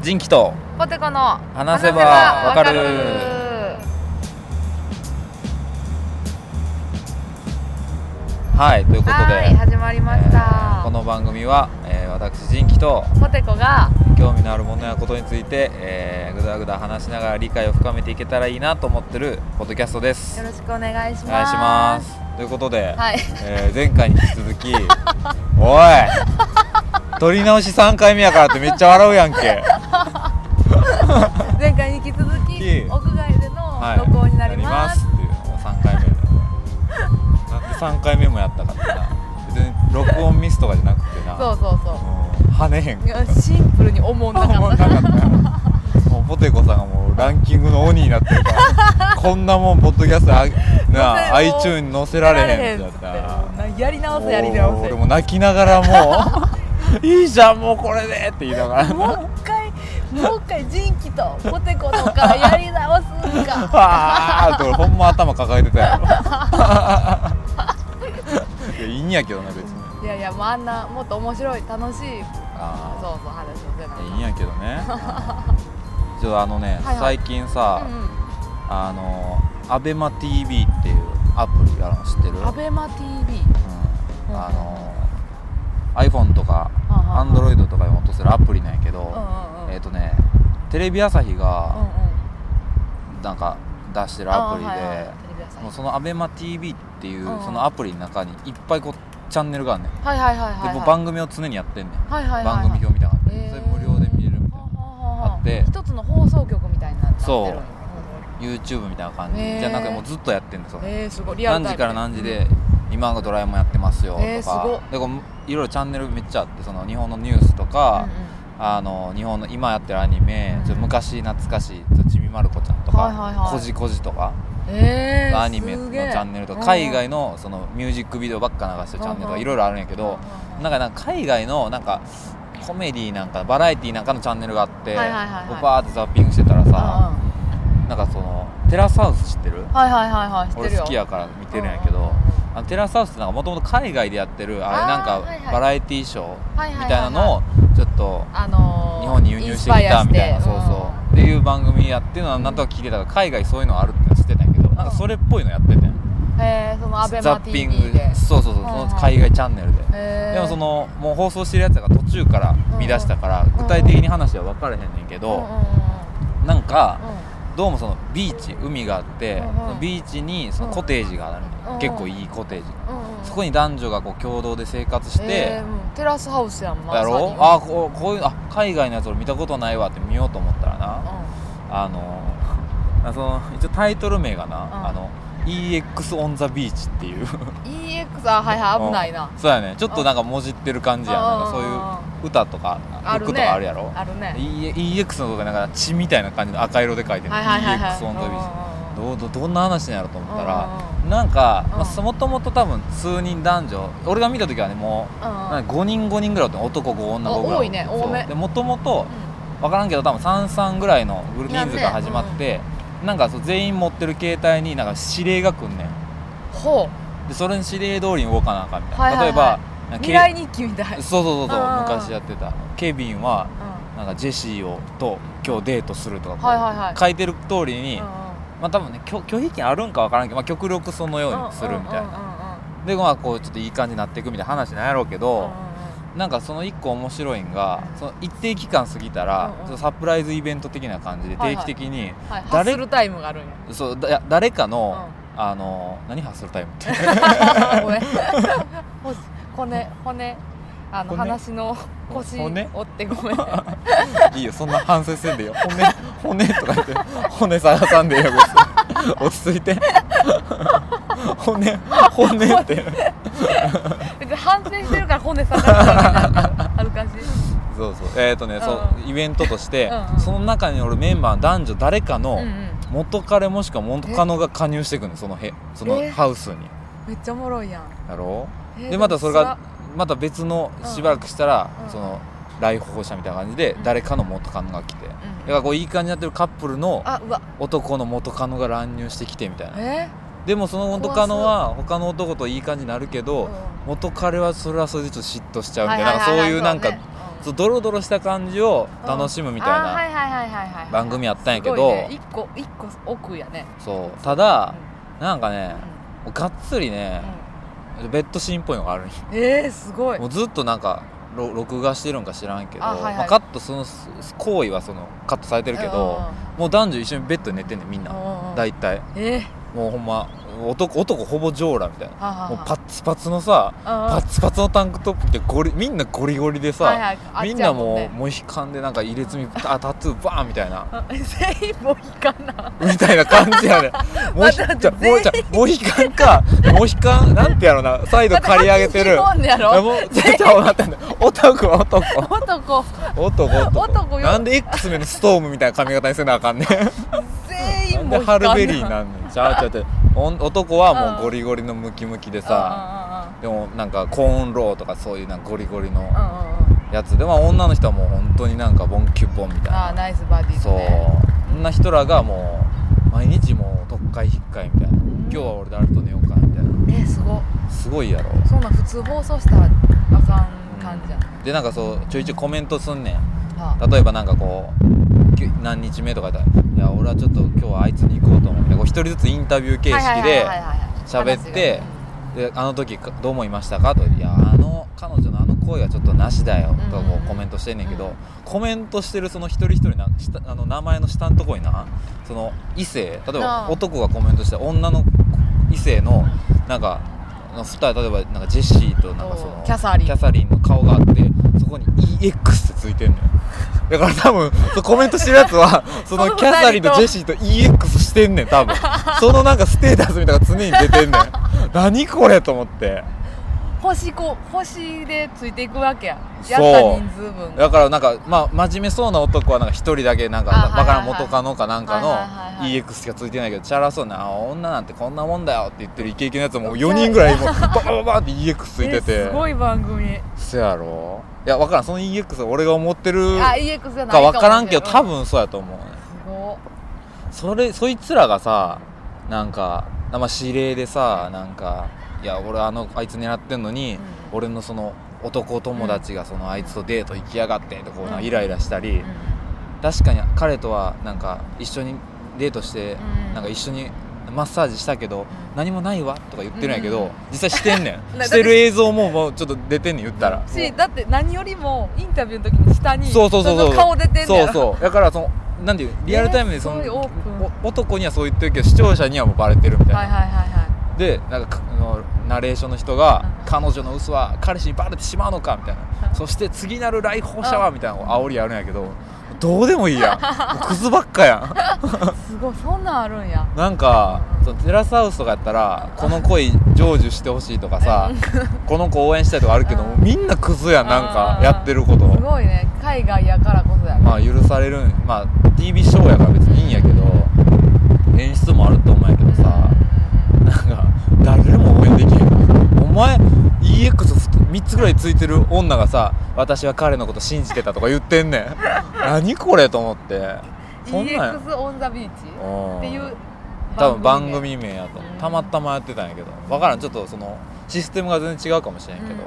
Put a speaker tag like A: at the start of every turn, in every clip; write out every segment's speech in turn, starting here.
A: 人気と
B: ポテコの
A: 話せばわかるはいということで、
B: はい始まりまし
A: えー
B: た
A: この番組は、えー私人気と
B: ポテコが
A: 興味のあるものやことについて、えー、ぐだぐだ話しながら理解を深めていけたらいいなと思ってるポッドキャストです
B: よろしくお願いします
A: お願いしますということで、
B: はい
A: えー前回に引き続き おい撮り直し3回目やからってめっちゃ笑うやんけ
B: 前回に引き続
A: い
B: き
A: い
B: 屋外で
A: は
B: の録音になりま
A: な
B: す
A: りますっていうのを3回目なんで3回目もやったかってな別に録音ミスとかじゃなくてな
B: そうそうそ
A: うん跳ねへん
B: ういやシンプルに思うな
A: も
B: か
A: うな
B: っ
A: か
B: た
A: ったよ もうポテコさんがもうランキングの鬼になってるから こんなもんポッドキャストあなあ
B: 載せもう
A: iTune に載せられへんってな
B: やら
A: った
B: れへんっつってやり
A: も
B: 直せ
A: う
B: やり直せ
A: 俺
B: も
A: も泣きなが らもういいじゃんもうこれでって言いながら
B: う一回もう一回人気とポテコの からやり直すんか
A: あーって俺ほんま頭抱えてたや ろいやいいんやけどな別に
B: いやいやもうあんなもっと面白い楽しいそう
A: あ
B: そう話をせなあ
A: あ
B: かん
A: いいんやけど ねちょっとあのね、
B: はいはい
A: 最近さ、
B: うんうん
A: あのアベマ t v っていうアプリあるの知ってる
B: アベマ TV
A: うん、
B: うん
A: あの iPhone とか
B: はあはあ
A: Android とかに落とせるアプリなんやけど、
B: うんうんうん
A: えっ、とねテレビ朝日
B: うんうん
A: がなんか出してるアプリで、
B: あはいはいテレビ朝日
A: もうその ABEMATV っていう
B: うんうん
A: そのアプリの中にいっぱいこうチャンネルがあんねん、
B: はいはいはいはいはい
A: でもう番組を常にやってんねん、
B: はいはいはいはい
A: 番組表みたいなのがあって、
B: へー
A: それ無料で見れるみたいな
B: はあはあはあ
A: あって
B: 一つの放送局みたいになってる
A: そう
B: うん
A: YouTube みたいな感じ、
B: へー
A: じゃなくてもうずっとやってんねんその
B: えー、すごいリアル
A: 何
B: タイ
A: 時
B: ム
A: から何時で今がドラえもんやってますよとか、
B: えーすごっ
A: でこういろいろチャンネルめっちゃあってその日本のニュースとか、あの日本の今やってるアニメ、
B: うん
A: ちょっと昔懐かしい「ちょっとちびまる子ちゃん」とか「
B: はいはいはい
A: こじこじ」とか、
B: うんうんえー、
A: アニメのチャンネルとか海外のそのミュージックビデオばっか流してるチャンネルと
B: うん
A: か
B: うん
A: いろいろあるんやけど、
B: うん
A: なんかなんか海外のなんかコメディなんかバラエティなんかのチャンネルがあって、
B: はいはいはいはい
A: こうバーってザッピングしてたらさ、
B: あ
A: なんかそのテラスハウス知ってる
B: はいはいはいはい知って
A: 俺
B: るよ
A: 好きやから見てるんやけ
B: うんうん
A: ど
B: うん、
A: あのテラスハウスってもともと海外でやってるあれなん
B: あーはいは
A: か
B: い
A: バラエティーショーみ
B: はいはいはい
A: たいなのをちょっと
B: あのー、
A: 日本に輸入してきたみたい
B: イ
A: な
B: ンス
A: そ
B: パイ
A: う
B: ア
A: そ
B: し
A: うっていう番組やっていうのはなんとか聞いてたから海外そういうのあるってのは知ってたんやけどなんかそれっぽいのやってて
B: てうんえー、そのアベ
A: ザ
B: マ
A: ッピ
B: TV
A: ング
B: で
A: そうそうそうそ
B: はいはい
A: の海外チャンネルで
B: えー、
A: でもそのもう放送してるやつが途中から見出したから具体的に話は分からへんねんけ
B: うんうん
A: どなんか
B: うんうん
A: どうもそのビーチ海があって
B: うんうん
A: そのビーチにそのコテージがある
B: うんう
A: の
B: ん
A: 結構いいコテージ
B: うんうん
A: そこに男女がこう共同で生活して、
B: えーうんテラスハウスやんま
A: だ
B: さに
A: ろあーこうこういうあ海外のやつ俺見たことないわって見ようと思ったらなあ のあその一応タイトル名がな、
B: ん
A: あの EX オンザビーチっていう
B: うん、EX あはいはい危ないな
A: そうやねちょっとなんかもじってる感じやん
B: うん
A: なんかそういう歌とか
B: あ
A: 服
B: る
A: と
B: ね
A: かあるやろ
B: あるね
A: E- EX のとこでなんか血みたいな感じの赤色で書いてる、
B: はいはいはいはい
A: EX オンザビーチ
B: うんうんうん
A: どうどどんな話なんやろと思ったら
B: うんうん
A: なんか、
B: うん
A: まあ、もともと多分数人男女俺が見た時はねもう
B: うん
A: なんか5人5人ぐらいおって男5女5ぐらい
B: あ多いね多め
A: もともと分からんけど多分33ぐらいのグループ人数が始まってなんかそう全員持ってる携帯になんか指令が来んねん
B: ほ
A: でそれに指令通りに動かなあかんみたいな、
B: はいはいはい
A: 例えば
B: う
A: なんかけ
B: 未来日記みたいうん
A: そうそうそうそう
B: うんうんうん
A: 昔やってたケビンはなんかジェシーをと今日デートするとかこう
B: はいはいはい
A: 書いてる通りに、
B: うん
A: まあ多分ね拒拒否権あるんか分からんけど、まあ、極力そのよ
B: うん
A: うにするみたいな、
B: な
A: でまあこうちょっといい感じになっていくみたいな話なんやろうけど、なんかその一個面白いんが、
B: うん
A: その一定期間過ぎたら、
B: うんうん
A: そのサプライズイベント的な感じで
B: はい
A: 定
B: はい
A: 期的に、
B: はいハッ
A: 誰
B: スルタイムがあるん や
A: そうだや誰かの、あの何ハッスルタイムって
B: ごめんほす骨骨あの
A: 骨
B: 話の腰折
A: 骨
B: ってごめん
A: いいよそんな反省せんでいいよ 骨骨とか言って骨探さんでいいよ別に落ち着いて骨骨って
B: 別に反省してるから骨下がるわけない恥ずかしい
A: そうそうえっ、ー、とね、
B: うん
A: そうイベントとして
B: うんうん
A: その中に俺メンバーの男女誰かの
B: うんうん
A: 元彼もしくは元カノが加入してくんねそのへそ
B: え
A: のハウスに
B: めっちゃおもろいやん
A: だろう
B: えー
A: でまたそれ
B: でも
A: が
B: つ
A: また別のしばらくしたら、
B: うん
A: その来訪者みたいな感じで
B: うん
A: 誰かの元カノが来て、だ
B: らうん
A: からこういい感じになってるカップルの
B: あうわ
A: 男の元カノが乱入してきてみたいな
B: え
A: でもその元カノは他の男といい感じになるけど、
B: うん
A: 元彼はそれはそれでちょっと嫉妬しちゃうみたいな,、
B: ははは
A: そういうなんか
B: ね
A: そうドロドロした感じを楽しむみたい
B: あーは
A: ない
B: はいはいはいはい
A: 番組やったんやけど、
B: すごいね一個一個奥やね
A: そうただ
B: うん
A: なんかね
B: う
A: がっつりね
B: んうん
A: ベッドシーンっぽいのがあるんよ
B: えー、すごい
A: もうずっとなんかろ録画してるんか知らんけど
B: あはいはい
A: まあ、カットそのす行為はそのカットされてるけ
B: うん
A: どもう男女一緒にベッドで寝てんねんみんな
B: うんうん
A: 大体
B: えー、
A: もうほんま男男ほぼジョーラみたいな
B: ははは
A: もうパッツパツのさパ
B: パ
A: ッツパツのタンクトップってゴリみんなゴリゴリでさ、
B: はいはいあっ
A: みん
B: ちゃ
A: な
B: うもん
A: もう
B: ね
A: モヒカンでなんか入れ墨あタトゥーバーンみたいな
B: あ 全員モヒカンな
A: みたいな感じ やねモヒ
B: 待って待って
A: じゃ
B: 全
A: モヒ
B: 員
A: じゃモヒカンかモヒカンなんてやろなサイド刈り上げて る
B: だって白人おんね やろ
A: もう絶対待ってね男は男
B: 男
A: 男男
B: 男よ
A: なんで X メンのストームみたいな髪型にせなあかんねん
B: 全
A: な
B: 員
A: ん
B: モ
A: で
B: ヒカ
A: ハ
B: ンな
A: ルベリーなんねんちゃうちゃうちゃうおん男はもうゴリゴリのムキムキでさでもなんかコーンローとかそういうなんかゴリゴリの
B: うんうんうんうんうんうん
A: やつで、まあ、女の人はもう本当になんかボンキュッボンみたいな
B: あーナイスバディ
A: そうそんな人らがもう毎日もう特会引っかいみたいな今日は俺誰と寝ようかみたいな
B: うえー、すご
A: すごいやろ
B: そんなん普通放送したらあかん感じやん、
A: でなんかそうちょいちょいコメントすんねん
B: はあ
A: 例えばなんかこうきゅ何日目とか言ったら「いや俺はちょっと今日はあいつに行こうと思ってこう一人ずつインタビュー形式で
B: はいはいはいはい
A: 喋って
B: 話
A: 「であの時かどう思いましたか?」と「いやあの彼女のあの声はちょっとなしだよ」とかこ
B: うんうんう
A: うんコメントしてんねんけど、
B: うん
A: コメントしてるその一人一人な下あの名前の下のとこになその異性例え
B: な
A: ば
B: あ
A: 男がコメントした女の異性のなんかの二人例えばなんかジェシーとなんかその
B: おうキャサリン
A: キャサリンの顔があってそこに EX ってついてんのよだから多分そうコメントしてるやつ はそ
B: そ
A: の
B: の
A: キャサリンとジェシーと EX してんねん多 分そのなんかステータスみたいなのが常に出てんねん何これと思って
B: うん星こう星でついていくわけや
A: そ
B: や
A: う
B: った人数分
A: だからなんかまあ真面目そうな男はなんか一人だけなんか
B: あ
A: バカな
B: はいはいはい
A: 元カノかなんか
B: は
A: の
B: いはいはいはい
A: EX がついてないけどチャラそうなあ女なんてこんなもんだよって言ってるイケイケのやつもう4人ぐらい もうババババって EX ついて
B: え
A: て
B: ーすごい番組
A: そやろいや分からんその EX が俺が思ってる
B: あ EX じゃない
A: か分からんけど多
B: 分
A: 分そうやと思うね
B: すご
A: それそいつらがさなんか、まあ、指令でさなんかいや俺あのあいつ狙ってんのに、
B: うん
A: 俺のその男友達がそのあいつとデート行きやがってとこうな
B: うん
A: イライラしたり、
B: いうん
A: 確かに彼とはなんか一緒にデートして、
B: うん
A: なんか一緒にマッサージしたけど、何もないわとか言ってるんやけ
B: うん
A: ど、
B: うん
A: 実際してんねん
B: な
A: してる映像ももうちょっと出てんねん言ったら
B: しだって何よりもインタビューの時に下に
A: そうそうそうそう
B: の顔出てんね
A: そ
B: や
A: う
B: ろ
A: そうだからそのなんていうリアルタイムでその、
B: えーすごいオープン
A: お男にはそう言ってるけど視聴者にはもうバレてるみたいな、
B: はいはいはいは
A: でなんかかあのナレーションの人が
B: う
A: 「
B: ん
A: 彼女の嘘は彼氏にバレてしまうのか」みたいな
B: う
A: 「そして次なる来訪者は」みたいなのを煽りやるんやけどどうでもいい やんもうクズばっかやん
B: いすごいそんなんあるんや
A: なんかそのテラスハウスとかやったらこの恋成就してほしいとかさこの子応援したいとかあるけど
B: うん
A: もうみんなクズやんなんか
B: うん
A: やってること
B: すごいね海外やからこそや
A: まあ許されるんまあ TV ショーやから別にいいんやけど演出もあると思うんやけどさなんか誰も応援できへんお前 EX3 つぐらいついてる女がさ私は彼のこと信じてたとか言ってんねん何これと思ってそんなん
B: EX オンザビーチ
A: うん
B: っていう
A: 多分番
B: 名
A: 組名やと思う
B: うん
A: たまたまやってたんやけど分からんちょっとそのシステムが全然違うかもしれんけど、
B: うんうんうん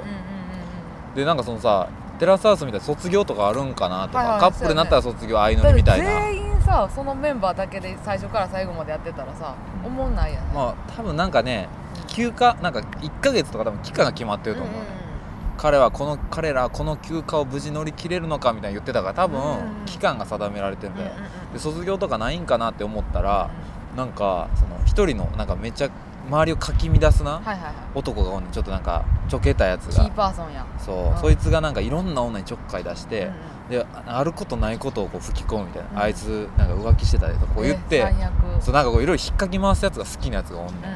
A: でなんかそのさテラスハウスみたいな卒業とかあるんかなとか、
B: はいはい
A: カップルになったら卒業相
B: うんだ
A: 乗り
B: っ
A: み
B: て
A: たいな
B: 全員さそのメンバーだけで最初から最後までやってたらさおもんないやん
A: まあ多分なんかね休暇なんか1ヶ月とか多分期間が決まってると思う、彼はこの彼らはこの休暇を無事乗り切れるのかみたいな言ってたから多
B: うん
A: 分期間が定められてるんだよ、で
B: で
A: 卒業とかないんかなって思ったらなんかその一人のなんかめっちゃ周りをかき乱すな
B: はいはいは
A: 男がおんねんちょっとなんかちょけたやつ
B: いキ
A: が
B: ーパーソンやん
A: そう、
B: うん
A: そいつがなんかいろんな女にちょっかい出し
B: う
A: て
B: ん、うん
A: であることないことをこう吹き込むみたいな、
B: うん
A: あいつなんか浮気してたでとかこう言って、
B: え最悪
A: そうなんかこういろいろ引っかき回すやつが好きなやつがおんねん、
B: うんうんうん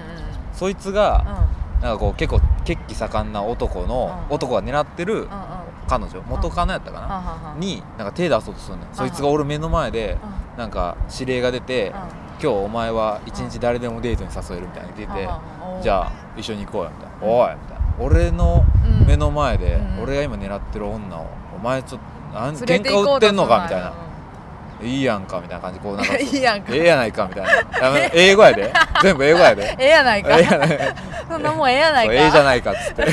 A: そいつが
B: うん
A: なんかこう結構血気盛んな男の、
B: うん
A: 男が狙ってる
B: うんうんは
A: 彼女元カノやったか
B: ん
A: な、
B: はんはん
A: になんか手出そうとするねん、そいつが俺目の前で
B: うん
A: なんか指令が出て、
B: うん
A: 今日お前は一日誰でもデートに誘えるみたいに出て、じ
B: あ
A: ゃあ一緒に行こうよみたいな「おい」みたいな俺の
B: うん
A: 目の前で
B: うん
A: 俺が今狙ってる女を「お前ちょっとあん
B: 連
A: 喧
B: れて行
A: 嘩
B: こ
A: 売
B: う
A: っ
B: と
A: て
B: す
A: ん
B: る
A: の
B: な
A: か」みたいな「いいやんか」みたいな感じこうなんか
B: い いやんか
A: ええやないか」みたいなやめ英語やで全部英語や で
B: ええやない
A: ええ
B: か
A: やない
B: そんなもんええやない
A: そう
B: か
A: ええじゃないかっつって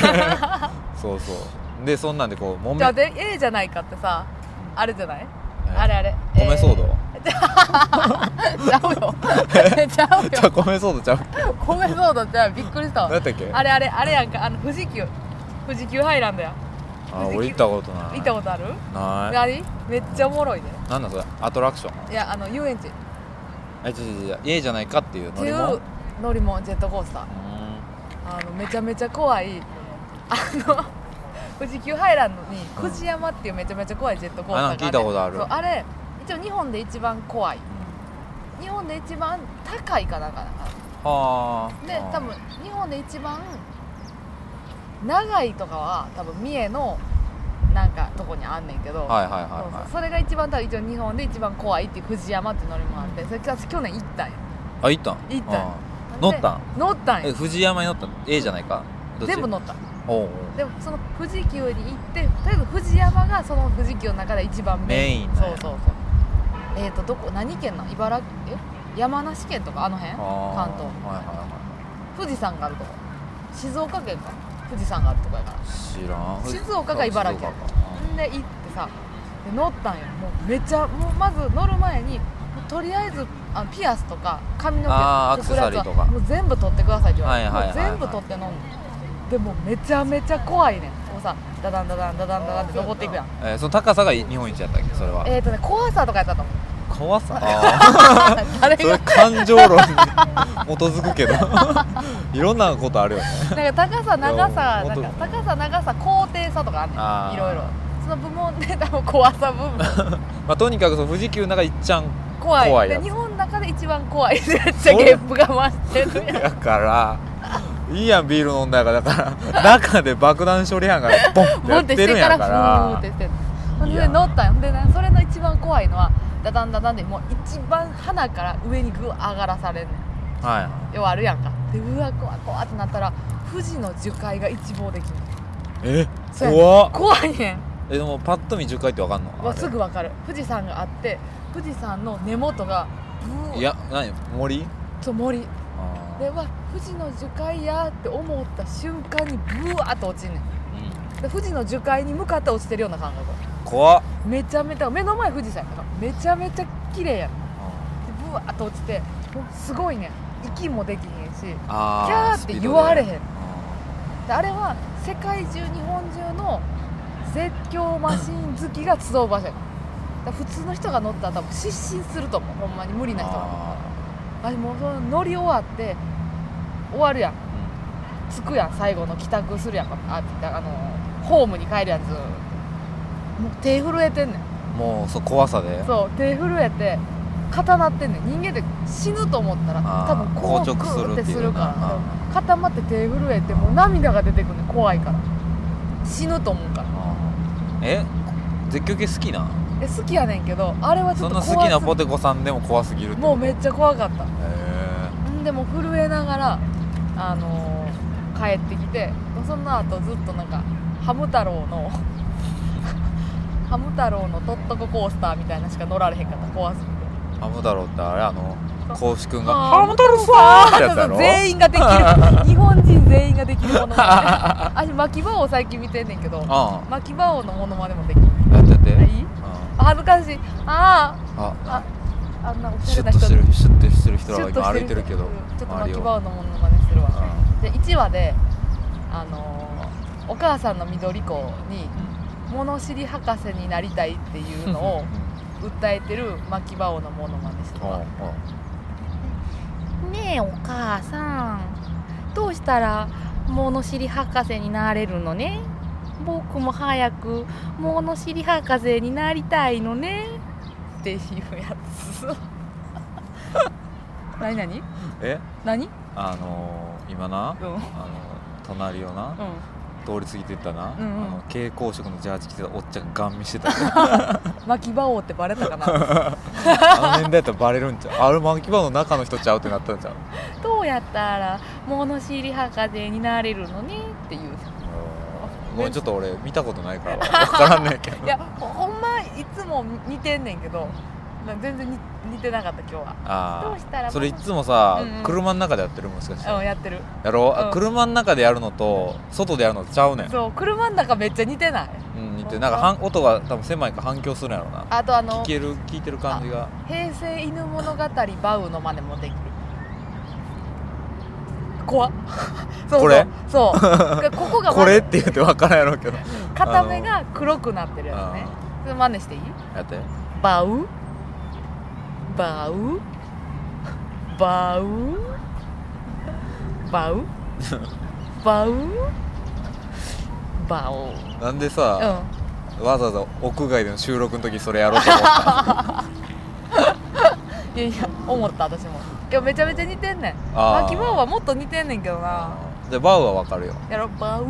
A: そうそうでそんなんでこうもめ
B: じゃあで A じゃないかってさあれじゃない あれあれ
A: 米騒動
B: えーちゃう よち
A: じ
B: ゃう
A: ゃあ
B: よ
A: 米騒動 ちゃう
B: 米騒動ってびっくりした
A: 何や
B: わ
A: ったっけ
B: あれあれあれやんかあの富士急富士急ハイランドや
A: あ俺行ったことない
B: 行ったことある
A: ない
B: 何めっちゃおもろいね
A: なんだそれアトラクション
B: いやあの遊園地っ
A: あ違う違う違う家じゃないかっていう
B: て
A: 乗
B: い
A: り
B: う
A: 物う
B: 乗り物ジェットコースター
A: ー
B: あのめちゃめちゃ怖いあの富士急ハイランドに
A: うん
B: 久慈山っていうめちゃめちゃ怖いジェットコースターがあ
A: あなんか聞いたことある
B: そうあれ一応日本で一番怖い日本で一番高いかなんかな
A: はあ
B: で多分日本で一番長いとかは多分三重のなんかとこにあんねんけど、
A: はいはいはい
B: そうそう
A: は
B: それが一番多分一応日本で一番怖いっていう富士山っていう乗りもあってそれ私去年行ったんよ
A: いあ行ったん
B: 行った
A: あー乗ったん
B: ん乗ったん
A: え
B: よ
A: 藤山に乗ったの A じゃないかどっち
B: 全部乗った
A: おうおう
B: でもその富士急に行ってとりあえず富士山がその富士急の中で一番メ
A: メイ
B: イン
A: ンなん
B: そう
A: や
B: そうそうえっ、とどこ何県なん茨城え山梨県とかあの辺
A: あ
B: 関
A: ー
B: 東
A: はいはい
B: 富士山があるとこ静岡県か富士山があるとこやから
A: はい知らん
B: 静岡か茨城
A: 静岡か
B: んで行ってさで乗ったんよもうめちゃもうまず乗る前にもうとりあえずあのピアスとか髪の毛
A: あー
B: くくるやつは
A: アクセサリーとか
B: もう全部取ってくださいって言われて、
A: はいはいはいはい
B: もう全部取って飲んででもめちゃめちゃ怖いねんもうさダダンダダンダダンダダンって登っていくやん
A: えーその高さが日本一やったっけそれは
B: えーとね怖さとかやったと思う
A: 怖さ あ
B: 誰
A: ーそれ
B: が
A: 感情論に基づくけど いろんなことあるよね
B: なんか高さ長さ
A: いや
B: なん
A: も
B: か
A: う
B: 高さ長さ高低差とかあ
A: あ
B: んねん
A: ー
B: いろいろその部門で多分怖さ部分
A: まあとにかくその富士急の中いっちゃん
B: 怖い
A: 怖いや
B: で
A: つ
B: 日本の中で一番怖いめっちゃゲップが増してるやん
A: だからいいやんビール飲んだからだから中で爆弾処理班がボンって
B: 持
A: や
B: っ
A: っててる
B: して
A: ん
B: か
A: や
B: ら
A: か
B: ふー
A: ら
B: ってして
A: い
B: で
A: や
B: 乗ったんよでなそれの一番怖いのはダダンダダンでもう一番鼻から上にグー上がらされんねん
A: は
B: 要はあるやんかでうわ怖い怖いってなったら富士の樹海が一望できる
A: いえ
B: そうやね
A: 怖っ
B: 怖いねん
A: えでもパッと見10回ってわかんの
B: わ
A: あれ
B: すぐわかる富士山があって富士山の根元がブー
A: いや何森
B: と森
A: あ
B: で
A: ー
B: うわ富士の樹海やって思った瞬間にブワーっと落ちんねん
A: うん
B: で富士の樹海に向かって落ちてるような感覚
A: 怖っ
B: めちゃめちゃ目の前富士山やからめちゃめちゃ綺麗やんでブワーっと落ちてもうすごいね息もできへんしキャー
A: あー
B: っ
A: ス
B: て
A: ピードで
B: 言われへん
A: あ
B: であれは世界中日本中の絶叫マシン好きが集う場所やからだから普通の人が乗ったら多分失神すると思うほんまに無理
A: ー
B: な人が
A: あ
B: あれもうその乗り終わって終わるやん着くやん最後の帰宅するやんかああのホームに帰るやつもう手震えてんね
A: ー
B: ん
A: もうそう怖さで
B: そう手震えて固まってんねん人間って死ぬと思ったら
A: あー
B: 多分こう
A: 硬直する
B: グー
A: っ
B: って
A: ていう
B: するか
A: あ
B: ら固まって手震えてもう涙が出てくるねん怖いから死ぬと思うから
A: あーえ絶叫系好きな
B: え好きやねんけどあれはちょ
A: そ
B: っ
A: んな
B: と怖す
A: 好きなポ
B: ぎ
A: テコさんでも怖すぎるって
B: もうめっちゃ怖かった
A: へえ
B: んでもう震えながら、あのー帰ってきてその後ずっとなんかハム太郎の ハム太郎のとっとこコースターみたいなしか乗られへんかった怖すぎて
A: ハム太郎ってあれあの
B: そ
A: 孔子くんが
B: あー
A: ハム太郎さーってやつやろ
B: 全員 ができる日本人全員ができるものまね私巻き場を最近見てんねんけど
A: あ
B: 巻き場王のものまでもできる
A: あやってやって
B: あいい
A: あ
B: あ恥ずかしいあ
A: あ
B: ああんなおし
A: シ
B: ゃれ
A: ュ
B: な
A: ッとし
B: 人
A: てるシュッとしてる人ら
B: シュ
A: が
B: ッと
A: 今
B: し
A: 歩いてるけど
B: うんちょっ
A: 周
B: と巻
A: り
B: き
A: を
B: 場王のものまねするわ
A: あ
B: で1話であのーお母さんの緑子に物知り博士になりたいっていうのを訴えてる巻き場王のものまねして
A: うん
B: た
A: うん
B: ねえお母さんどうしたら物知り博士になれるのね僕も早く物知り博士になりたいのねっていうやつ 何何
A: え
B: 何
A: あのー今なあ
B: うん
A: の隣をな
B: う
A: 通り過ぎてったなあ
B: うんうん
A: の蛍光色のジャージ着てたおっちゃんがガン見 してた
B: ん巻き場王ってバレた かな
A: あの辺だったらバレるんちゃうあれ巻き場の中の人ちゃうってなったんちゃう
B: どうやったら物知り博士になれるのねっていう
A: ごめんちょっと 俺見たことないから分からんねんけど
B: いやほほんまいつも見てんねんけどなんか全然に似てなかった今日はど
A: あ
B: うした
A: あ
B: ら
A: それいつもさ、
B: うんうん
A: 車の中でやってるもしかして、
B: うんやってる
A: やろう、あ
B: うん
A: 車の中でやるのと外でやるのとちゃうねん
B: そう車の中めっちゃ似てない
A: うん似てるなんかはん音が多分狭いから反響するんやろうな
B: あとあの
A: 聞ける聞いてる感じが
B: 平成犬物語バウの真似もできる怖っ そうそう
A: これ
B: そう ここが
A: これっ
B: ま
A: て言って分からんやろうけど
B: ず片目が黒くなってるやつね
A: あ
B: それ真似していい
A: やって
B: バウバウバウ バウバウバウ
A: なんで
B: うん
A: さ、わざわざ屋外での収録の時それやろうと思った
B: いやいや思った私もいやめちゃめちゃ似てんねん
A: あー
B: 秋葉はもっと似てんねんけどな
A: じゃあバウは分かるよ
B: やろバウ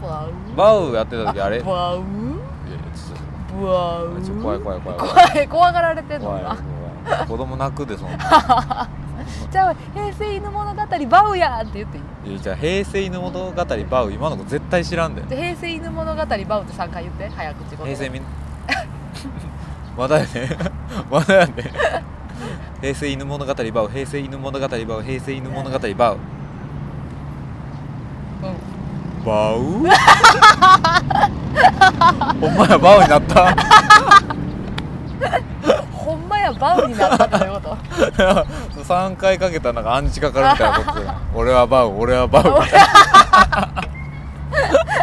B: バウ
A: バウやってた時あれいやい
B: バウ
A: やちょっ
B: バ
A: と
B: ウ
A: ちょっと怖い怖い怖い怖い
B: 怖い怖がられてんの
A: 怖い
B: な
A: 怖い子供泣くでそんな
B: じゃあ平成犬物語バウやんって言っていい
A: いやじゃあ平成犬物語バウ今の子絶対知らんで
B: じゃあ平成犬物語バウって3回言って早口言葉
A: 平成みんまだやねまだやね平成犬物語バウ平成犬物語バウ平成犬物語バウ
B: う
A: バウお前はバウになった
B: んほんまやバウになったってどういうこと
A: 3回かけたらなんか暗示かかるみたいなことで俺はバウ俺はバウみたい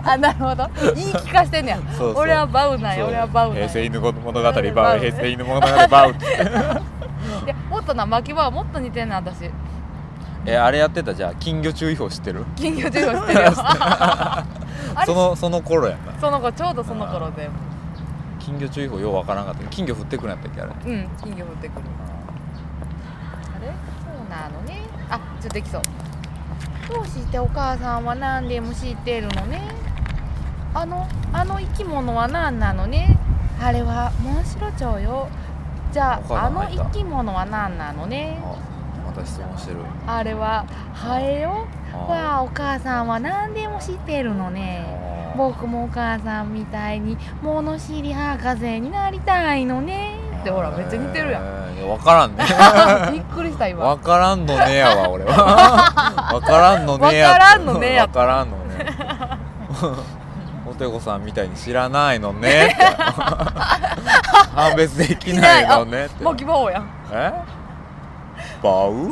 A: な
B: あなるほど言い聞かしてんねや
A: そうそう
B: 俺はバウなんや俺はバウなんや
A: 平成
B: い
A: 犬物語バウ
B: 俺はバウ
A: 平成犬物語バウって
B: やもっとな巻き場はもっと似てんねん私
A: え あれやってたじゃあ金魚注意報知ってる
B: 金魚授業してる よ あれ
A: そのその頃やんな
B: その子ちょうどその頃で
A: 金魚注意報ようわからんかったけど金魚降ってくるんやったっけあれ
B: うん金魚降ってくるあれそうなのねあちょっとできそうどうしてお母さんは何でも知ってるのねあのあの生き物は何なのねあれはモンシロチョウよじゃ
A: お母
B: あ
A: さ
B: あ
A: ん
B: の
A: 入った
B: 生き物は何なのね
A: あまた質問してる
B: あれはハエよわ
A: あ
B: あお母さんは何でも知ってるのね
A: ー
B: 僕もお母さんみたいに物知り博士になりたいのねってほらめっちゃ似てるやん
A: んいやわから んね
B: びっくりした今
A: わからんのねやわ俺は わからんのねや
B: わからんのねや
A: わからんの ねおてこさんみたいに知らないのねって 判別できないのねって
B: もう希望やん
A: えバウ い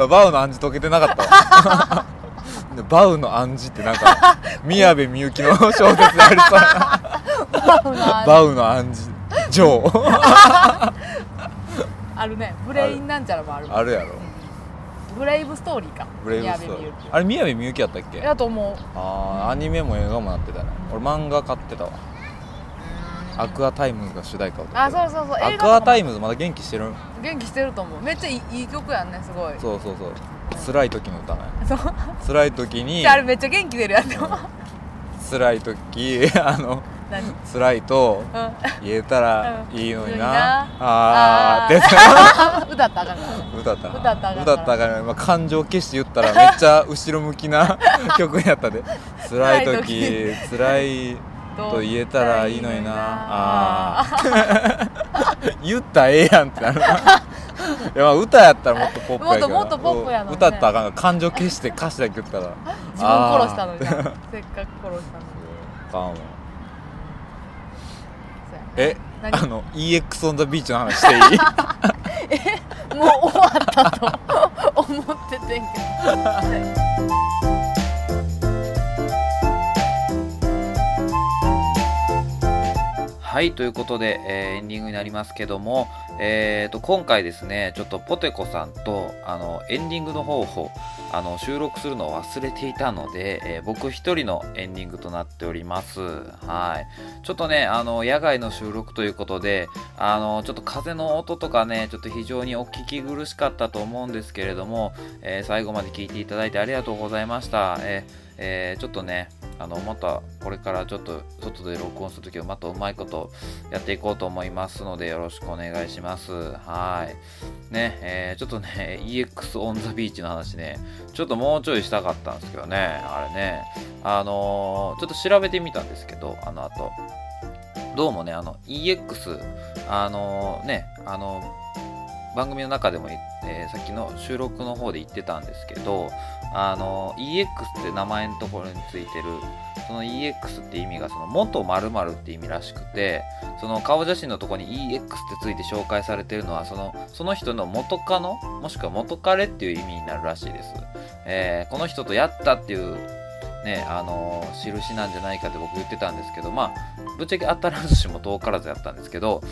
A: やバウの暗示解けてなかったわ バウの暗示ってなんか宮部みゆきの小説であり さ
B: バウナー
A: バウの暗示ジョー
B: あるねブレインなんちゃらもある
A: あるやろ
B: ブレイブストーリーか
A: ブレイブストーリ
B: 宮部みゆ
A: ー
B: き
A: あれ宮部みゆきやったっけ
B: やと思う
A: あーアニメも映画もなってたね俺漫画買ってたわアクアタイムズが主題歌を歌
B: あ
A: ってた
B: そうそうそう
A: アクアタイ
B: ム
A: ムズまだ元気してる
B: 元気してると思うめっちゃいいいい曲やんねすごい
A: そうそうそう辛い時の歌ね
B: そう
A: 辛い時に
B: じゃああれめっちゃ元気出るやんでも
A: 辛い時あの
B: 何うん
A: 辛いと言えたら
B: うん
A: いいのに
B: いいのに
A: な
B: な
A: あー
B: 歌ったらあかんからね
A: って 歌ったな
B: 歌ったらあかん
A: 歌ったらあかんまあ感情を消して言ったらめっちゃ後ろ向きな 曲やったで辛い時辛いと言えたらいいのになああ 言ったらええやんってなる いやまあ歌やったらもっとポップやけどな
B: もっともっとポップやのにね
A: 歌ったらあかんから感情消して歌詞だけ言ったら
B: 自分殺したのに
A: あ
B: な
A: ー
B: せっかく殺したのに
A: あかんわ
B: そうやな
A: え
B: 何
A: あの EX on the beach の話していい
B: もう終わったと思っててんけ
C: はい、ということで、えーエンディングになりますけども、えー、と今回ですねちょっとポテコさんとあのエンディングの方法あの収録するのを忘れていたので、えー僕一人のエンディングとなっておりますはいちょっとねあの野外の収録ということであのちょっと風の音とかねちょっと非常にお聞き苦しかったと思うんですけれども、えー最後まで聞いていただいてありがとうございました、えーえーちょっとねあのまたこれからちょっと外で録音するときはまたうまいことやっていこうと思いますのでよろしくお願いします。はい。ね、えーちょっとね、EX on the beach の話ね、ちょっともうちょいしたかったんですけどね、あれね、あのーちょっと調べてみたんですけど、あの後。どうもね、あの、EX、あのね、あの、番組の中でも、えーさっきの収録の方で言ってたんですけど、あの、EX って名前のところについてる、その EX って意味が、その、元〇〇って意味らしくて、その顔写真のとこに EX ってついて紹介されてるのは、その、その人の元カノ、もしくは元彼っていう意味になるらしいです。えーこの人とやったっていう、ね、あの印なんじゃないかって僕言ってたんですけど、まあ、ぶっちゃけ当たらずしも遠からずやったんですけど、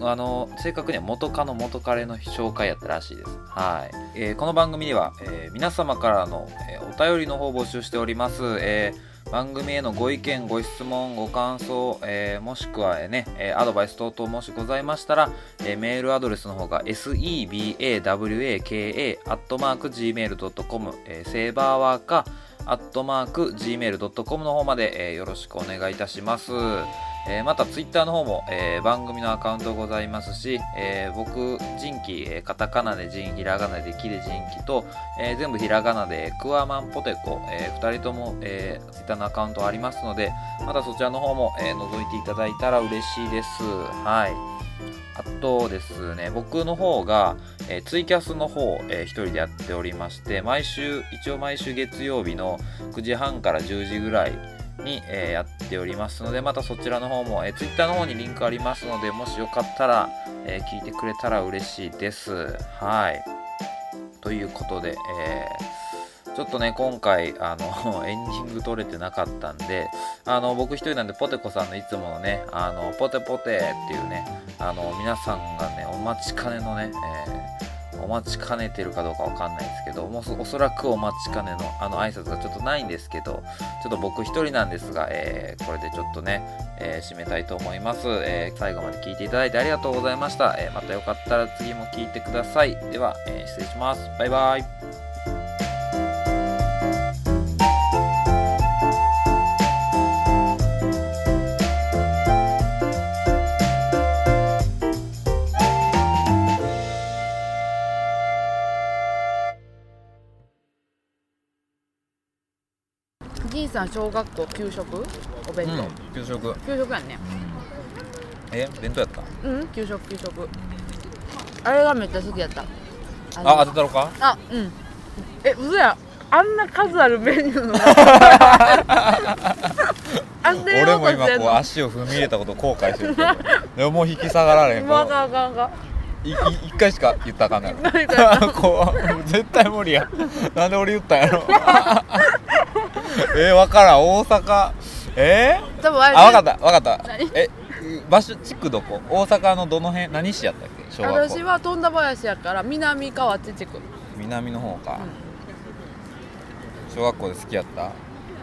C: あの正確には元カノ元カレの紹介やったらしいです。はい。えーこの番組では、えー皆様からの、えーお便りの方を募集しております。えー番組へのご意見、ご質問、ご感想、えーもしくは、えーね、えーアドバイス等々もしございましたら、えーメールアドレスの方が sebawaka.gmail.com、えーセーバーワーカーアットマーク gmail.com の方まで、えーよろしくお願いいたします。えーまた、ツイッターの方も、えー番組のアカウントございますし、えー僕、人気、えーカタカナで人、ひらがなでキで人気と、えー全部ひらがなでクワマンポテコ、え2人とも、えー、ツイッターのアカウントありますので、またそちらの方も、えー覗いていただいたら嬉しいです。はい。あとですね、僕の方が、えーツイキャスの方、えー一人でやっておりまして、毎週、一応毎週月曜日の9時半から10時ぐらいに、えーやっておりますので、またそちらの方も、えー、ツイッターの方にリンクありますので、もしよかったら、えー聞いてくれたら嬉しいです。はい。ということで、えーちょっとね、今回、あの、 エンディング撮れてなかったんで、あの、僕一人なんで、ポテコさんのいつものね、あの、ポテポテっていうね、あの、皆さんがね、お待ちかねのね、えーお待ちかねてるかどうかわかんないですけど、もうそおそらくお待ちかねのあの挨拶がちょっとないんですけど、ちょっと僕一人なんですが、えーこれでちょっとね、えー締めたいと思います、えー最後まで聞いていただいてありがとうございました。えーまた よかったら次も聞いてください。では、えー失礼します。バイバイ。
D: 銀さん小学校給食お弁当、
A: 給食
D: 給食やんね
A: え弁当やった
D: うん給食給食あれがめっちゃ好きやったあの
A: あ当てたろか
D: あうんえ嘘やあんな数あるメニュー のあん
A: 俺も今こう
D: あ
A: 足を踏み入れたことを後悔してるけどでももう引き下が られへんこ
D: かん
A: う
D: あかんあかん
A: いい一回しか言ったらあかん な
D: 何
A: い
D: かや
A: こう絶対無理やなんで俺言ったんやろ えー、分からん大阪えー、
D: 多分あれ
A: あ分かった分かった
D: 何
A: え場所地区どこ大阪のどの辺何市やったっけ小学
D: 私
A: 校
D: は富田林やから南河内地区
A: 南の方か、小学校で好きやった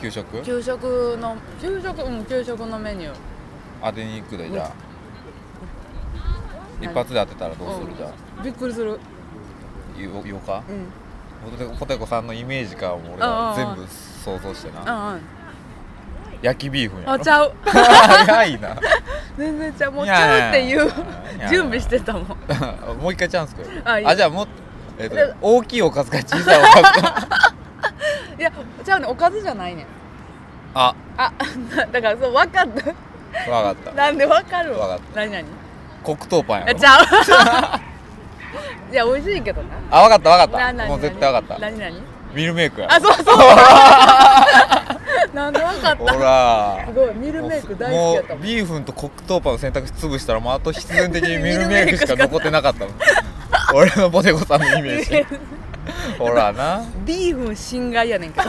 A: 給食
D: 給食の給食うん給食のメニュー
A: 当てに行くでじゃあ
D: うん
A: 一発で当てたらどうする、
D: うん
A: じゃあ
D: びっくりする
A: 言お言おうか
D: うん
A: ポテコポテコさんのイメージからもう俺は全部想像して
D: う
A: なん
D: うん
A: 焼きビーフンや
D: あ
A: ろ
D: ちゃう
A: 早いな
D: 全然ちゃうもう
A: い
D: ち
A: やー
D: ゃうっていう
A: いやー
D: 準備してたもん
A: もう一回チャンスくれ
D: あいい
A: じゃあもっえっと
D: え
A: 大きいおかずか小さいおかずか
D: いやちゃうねおかずじゃないねん
A: あ
D: あ なだからそう分かった
A: わかった
D: なんでわかるわ
A: わかっ
D: 何何
A: 黒糖パンや
D: あ
A: ろ
D: ちゃう いや美味しいけどな
A: あわかったわか
D: な
A: っ
D: な
A: たもう絶対わかった
D: 何何
A: ミルメイクや
D: あ
A: ろ
D: そうそう なんでわかっ
A: ほ
D: た
A: ら
D: すごいミルメイク大好きやったも
A: もうんビーフンと黒糖パンの選択肢潰したらもうあと必然的にミルメイクしか残ってなかったの俺 のポテコさんのイメージほらな
D: ビーフン侵害やねんけど